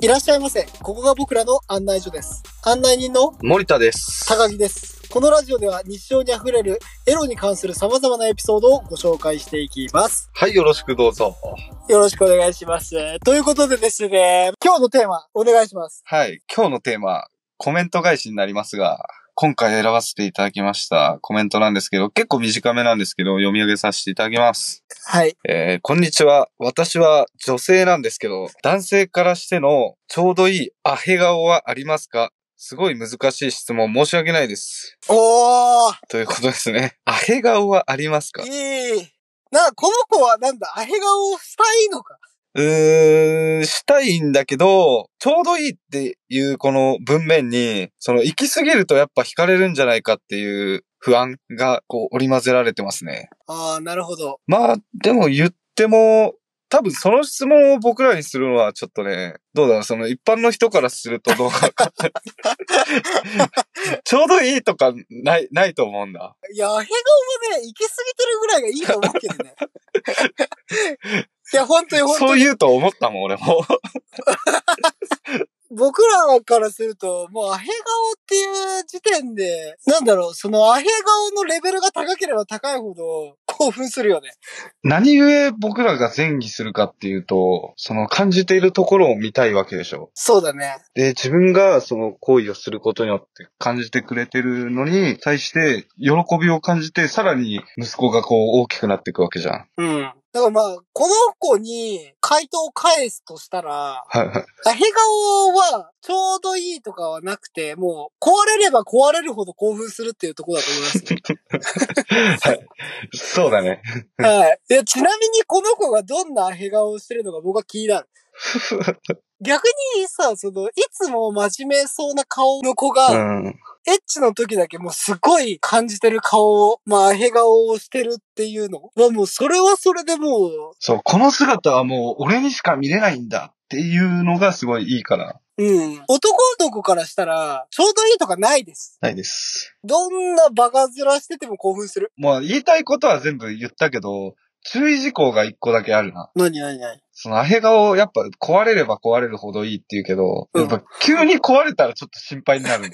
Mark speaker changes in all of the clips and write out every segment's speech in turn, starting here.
Speaker 1: いらっしゃいませ。ここが僕らの案内所です。案内人の
Speaker 2: 森田です。
Speaker 1: 高木です。このラジオでは日常にあふれるエロに関する様々なエピソードをご紹介していきます。
Speaker 2: はい、よろしくどうぞ。
Speaker 1: よろしくお願いします。ということでですね、今日のテーマお願いします。
Speaker 2: はい、今日のテーマ、コメント返しになりますが、今回選ばせていただきましたコメントなんですけど、結構短めなんですけど、読み上げさせていただきます。
Speaker 1: はい。
Speaker 2: えーこんにちは。私は女性なんですけど、男性からしてのちょうどいいアヘ顔はありますかすごい難しい質問申し訳ないです。
Speaker 1: おー、
Speaker 2: ということですね。アヘ顔はありますか
Speaker 1: いい。な、この子はなんだ、アヘ顔をしたいのか。
Speaker 2: うーん、したいんだけど、ちょうどいいっていうこの文面に、その行き過ぎるとやっぱ惹かれるんじゃないかっていう不安がこう織り交ぜられてますね。
Speaker 1: あー、なるほど。
Speaker 2: まあ、でも言っても、多分その質問を僕らにするのはちょっとね、どうだろう、その一般の人からするとどうかわかんない。 ちょうどいいとかない、ないと思うんだ。
Speaker 1: いや、アヘ顔もね、行き過ぎてるぐらいがいいと思うけどね。 いや、本当に本当に
Speaker 2: そう。言うと思ったもん、俺も。
Speaker 1: 僕らからすると、もうアヘ顔っていう時点で、なんだろう、そのアヘ顔のレベルが高ければ高いほど興奮するよね。
Speaker 2: 何故僕らが前議するかっていうと、その感じているところを見たいわけでしょ。
Speaker 1: そうだね。
Speaker 2: で、自分がその行為をすることによって感じてくれてるのに、対して喜びを感じて、さらに息子がこう大きくなっていくわけじゃん。
Speaker 1: うん。だからまあ、この子に回答を返すとしたら、
Speaker 2: はいはい。
Speaker 1: アヘ顔はちょうどいいとかはなくて、もう壊れれば壊れるほど興奮するっていうところだと思い ます。
Speaker 2: そうだね。
Speaker 1: はい。いや、ちなみにこの子がどんなアヘ顔をしてるのか僕は気にな る。逆にさ、その、いつも真面目そうな顔の子が、
Speaker 2: うん。
Speaker 1: エッチの時だけもうすごい感じてる顔を、まあ、アヘ顔をしてるっていうのはもうそれはそれでも
Speaker 2: そう、この姿はもう俺にしか見れないんだっていうのがすごいいいから。
Speaker 1: う、うん。男の子からしたら、ちょうどいいとかないです。
Speaker 2: ないです。
Speaker 1: どんなバカ面してても興奮する。
Speaker 2: もう言いたいことは全部言ったけど、注意事項が一個だけあるな。
Speaker 1: 何何何
Speaker 2: そのアヘ顔、やっぱ壊れれば壊れるほどいいって言うけど、
Speaker 1: うん
Speaker 2: やっぱ急に壊れたらちょっと心配に なる。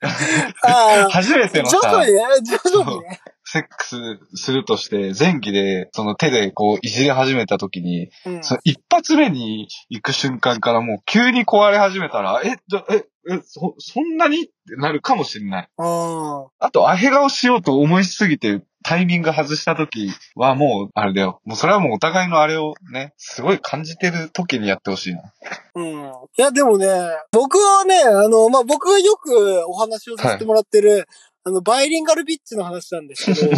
Speaker 1: あ あ、
Speaker 2: 初めての
Speaker 1: 徐々
Speaker 2: さ
Speaker 1: に、ね、徐々にね。
Speaker 2: セックスするとして、前期で、その手でこういじり始めた時に、
Speaker 1: うん。
Speaker 2: その一発目に行く瞬間からもう急に壊れ始めたら、え、どえ、え、そ、そんなにってなるかもしれない。
Speaker 1: あ
Speaker 2: あと、アヘ顔しようと思いすぎて、タイミング外した時はもう、あれだよ。もうそれはもうお互いのあれをね、すごい感じてる時にやってほしいな。
Speaker 1: ーうん。いや、でもね、僕はね、あの、まあ、僕がよくお話をさせてもらってる、あの、バイリンガルビッチの話なんですけど、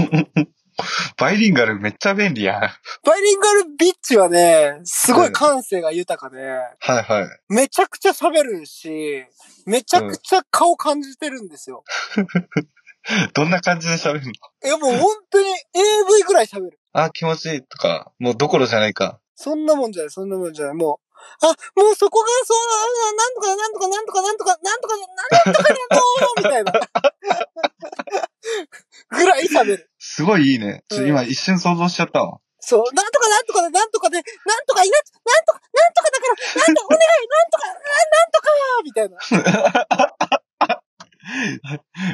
Speaker 2: バイリンガルめっちゃ便利やん。
Speaker 1: バイリンガルビッチはね、すごい感性が豊かで、
Speaker 2: はいはい。
Speaker 1: めちゃくちゃ喋るし、めちゃくちゃ顔感じてるんですよ。
Speaker 2: どんな感じで喋る
Speaker 1: い
Speaker 2: の
Speaker 1: や、もう本当に AV ぐらい喋る。
Speaker 2: あ、気持ちいいとか、もうどころじゃないか。
Speaker 1: そんなもんじゃない、そんなもんじゃない、もう。あ、もうそこが、そう、あなんとかなんとかなんとかなんとかなんとかなんとかなんとかなんとかみ たいな。ぐらい喋る。
Speaker 2: すごいいいね。ちょ
Speaker 1: うん
Speaker 2: 今一瞬想像しちゃったわ。
Speaker 1: そう、なんとかなんとかで、なんとかで、なんとかいな、なんとか、なんとかだから、なんとお願い、なんとか、なんとかみたいな。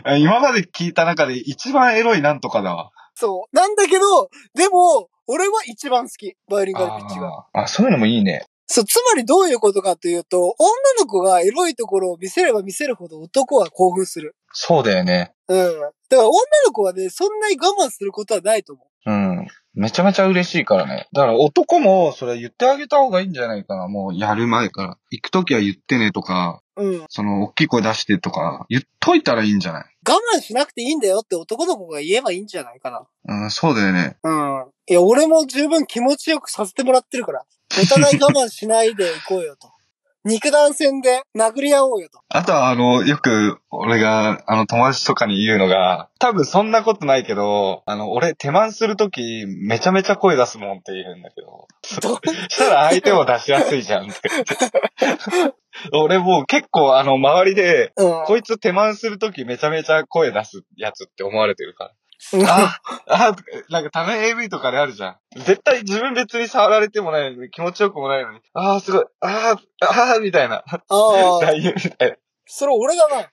Speaker 2: あ今まで聞いた中で一番エロいなんとかだわ。
Speaker 1: そう。なんだけど、でも、俺は一番好き。バイオリンガルピッチが。
Speaker 2: あーあ、そういうのもいいね。
Speaker 1: そう、つまりどういうことかというと、女の子がエロいところを見せれば見せるほど男は興奮する。
Speaker 2: そうだよね。
Speaker 1: うん。だから女の子はね、そんなに我慢することはないと思う。
Speaker 2: うん。めちゃめちゃ嬉しいからね。だから男もそれ言ってあげた方がいいんじゃないかな。もうやる前から。行くときは言ってねとか、
Speaker 1: うん。我
Speaker 2: その大きい声出してとか、言っといたらいいんじゃない
Speaker 1: 慢しなくていいんだよって男の子が言えばいいんじゃないかな。
Speaker 2: うん、そうだよね。
Speaker 1: うん。いや、俺も十分気持ちよくさせてもらってるから。お互い我慢しないでいこうよと。肉弾戦で殴り合おうよと。
Speaker 2: あとは、あの、よく、俺が、あの、友達とかに言うのが、多分そんなことないけど、あの、俺、手満するとき、めちゃめちゃ声出すもんって言うんだけど、
Speaker 1: ど
Speaker 2: したら相手も出しやすいじゃんって。俺もう結構、あの、周りで、
Speaker 1: うん。
Speaker 2: こいつ手満するときめちゃめちゃ声出すやつって思われてるか あ、あ、なんかため AV とかであるじゃん。絶対自分別に触られてもないのに、気持ちよくもないのに、ああ、すごい、ああ、ああ、みたい な。
Speaker 1: ああ、
Speaker 2: 大変みたいな。
Speaker 1: それ俺だな。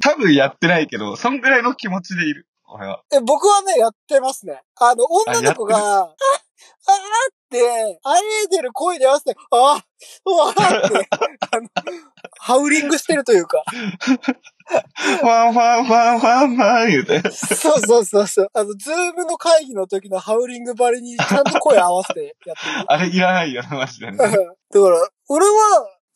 Speaker 2: 多分やってないけど、そんぐらいの気持ちでいる。俺は。
Speaker 1: え、僕はね、やってますね。あの、女の子が、あ、 あーって、あえいでる声で合わせて、ああ、うわー って、あの、ハウリングしてるというか。
Speaker 2: ファンファンファンファンファン言うて。
Speaker 1: そうそうそうそう。あの、ズームの会議の時のハウリングばりにちゃんと声合わせてやってる。
Speaker 2: あれいらないよね、マジでね。
Speaker 1: だから、俺は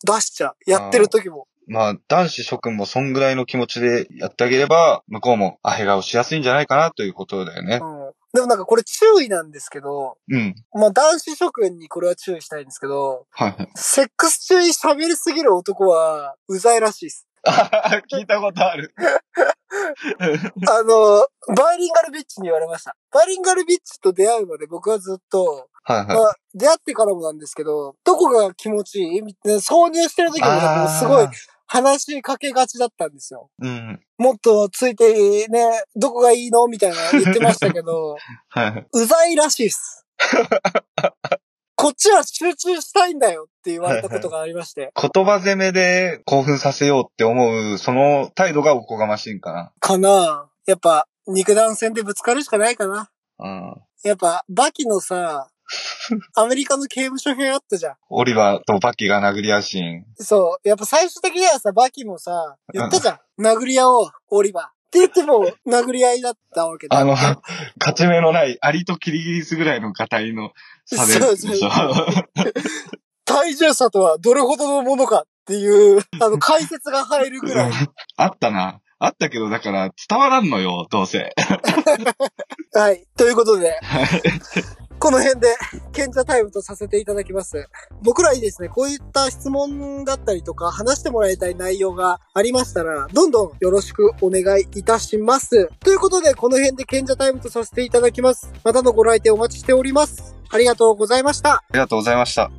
Speaker 1: 出しちゃう。やってる時も。
Speaker 2: まあ、男子諸君もそんぐらいの気持ちでやってあげれば、向こうもアヘ顔しやすいんじゃないかなということだよね
Speaker 1: う。ん。でもなんかこれ注意なんですけど、
Speaker 2: うん。
Speaker 1: まあ男子諸君にこれは注意したいんですけど、
Speaker 2: はいはい。
Speaker 1: セックス中に喋りすぎる男は、うざいらしいです。
Speaker 2: あ聞いたことある。
Speaker 1: あの、バイリンガルビッチに言われました。バイリンガルビッチと出会うまで僕はずっと、
Speaker 2: はいはい。
Speaker 1: まあ、出会ってからもなんですけど、どこが気持ちいいみたいな、挿入してる時もなんかもうすごい
Speaker 2: あー。
Speaker 1: 話しかけがちだったんですよ。
Speaker 2: うん。
Speaker 1: もっとついてね、どこがいいのみたいな言ってましたけ ど、
Speaker 2: はいはい。
Speaker 1: うざいらしいっす。こっちは集中したいんだよって言われたことがありまして、
Speaker 2: 言葉攻めで興奮させようって思う、その態度がおこがましいんか
Speaker 1: かなやっぱ、肉弾戦でぶつかるしかないかな。
Speaker 2: な。うん。
Speaker 1: やっぱ、バキのさ、アメリカの刑務所編あったじゃん。
Speaker 2: オリバーとバキが殴り合うシーン。
Speaker 1: そう。やっぱ最終的にはさ、バキもさ、言ったじゃん。殴り合おう、オリバー。って言っても、殴り合いだったわけだ。
Speaker 2: あの、勝ち目のない、アリとキリギリスぐらいの硬いの差で
Speaker 1: そう
Speaker 2: で
Speaker 1: そう
Speaker 2: しょ。
Speaker 1: 体重差とはどれほどのものかっていう、あの、解説が入るぐらい。
Speaker 2: あったな。あったけど、だから伝わらんのよ、どうせ。
Speaker 1: はい。ということで、この辺で、賢者タイムとさせていただきます。僕らにですね、こういった質問だったりとか、話してもらいたい内容がありましたら、どんどんよろしくお願いいたします。ということで、この辺で賢者タイムとさせていただきます。またのご来店お待ちしております。ありがとうございました。
Speaker 2: ありがとうございました。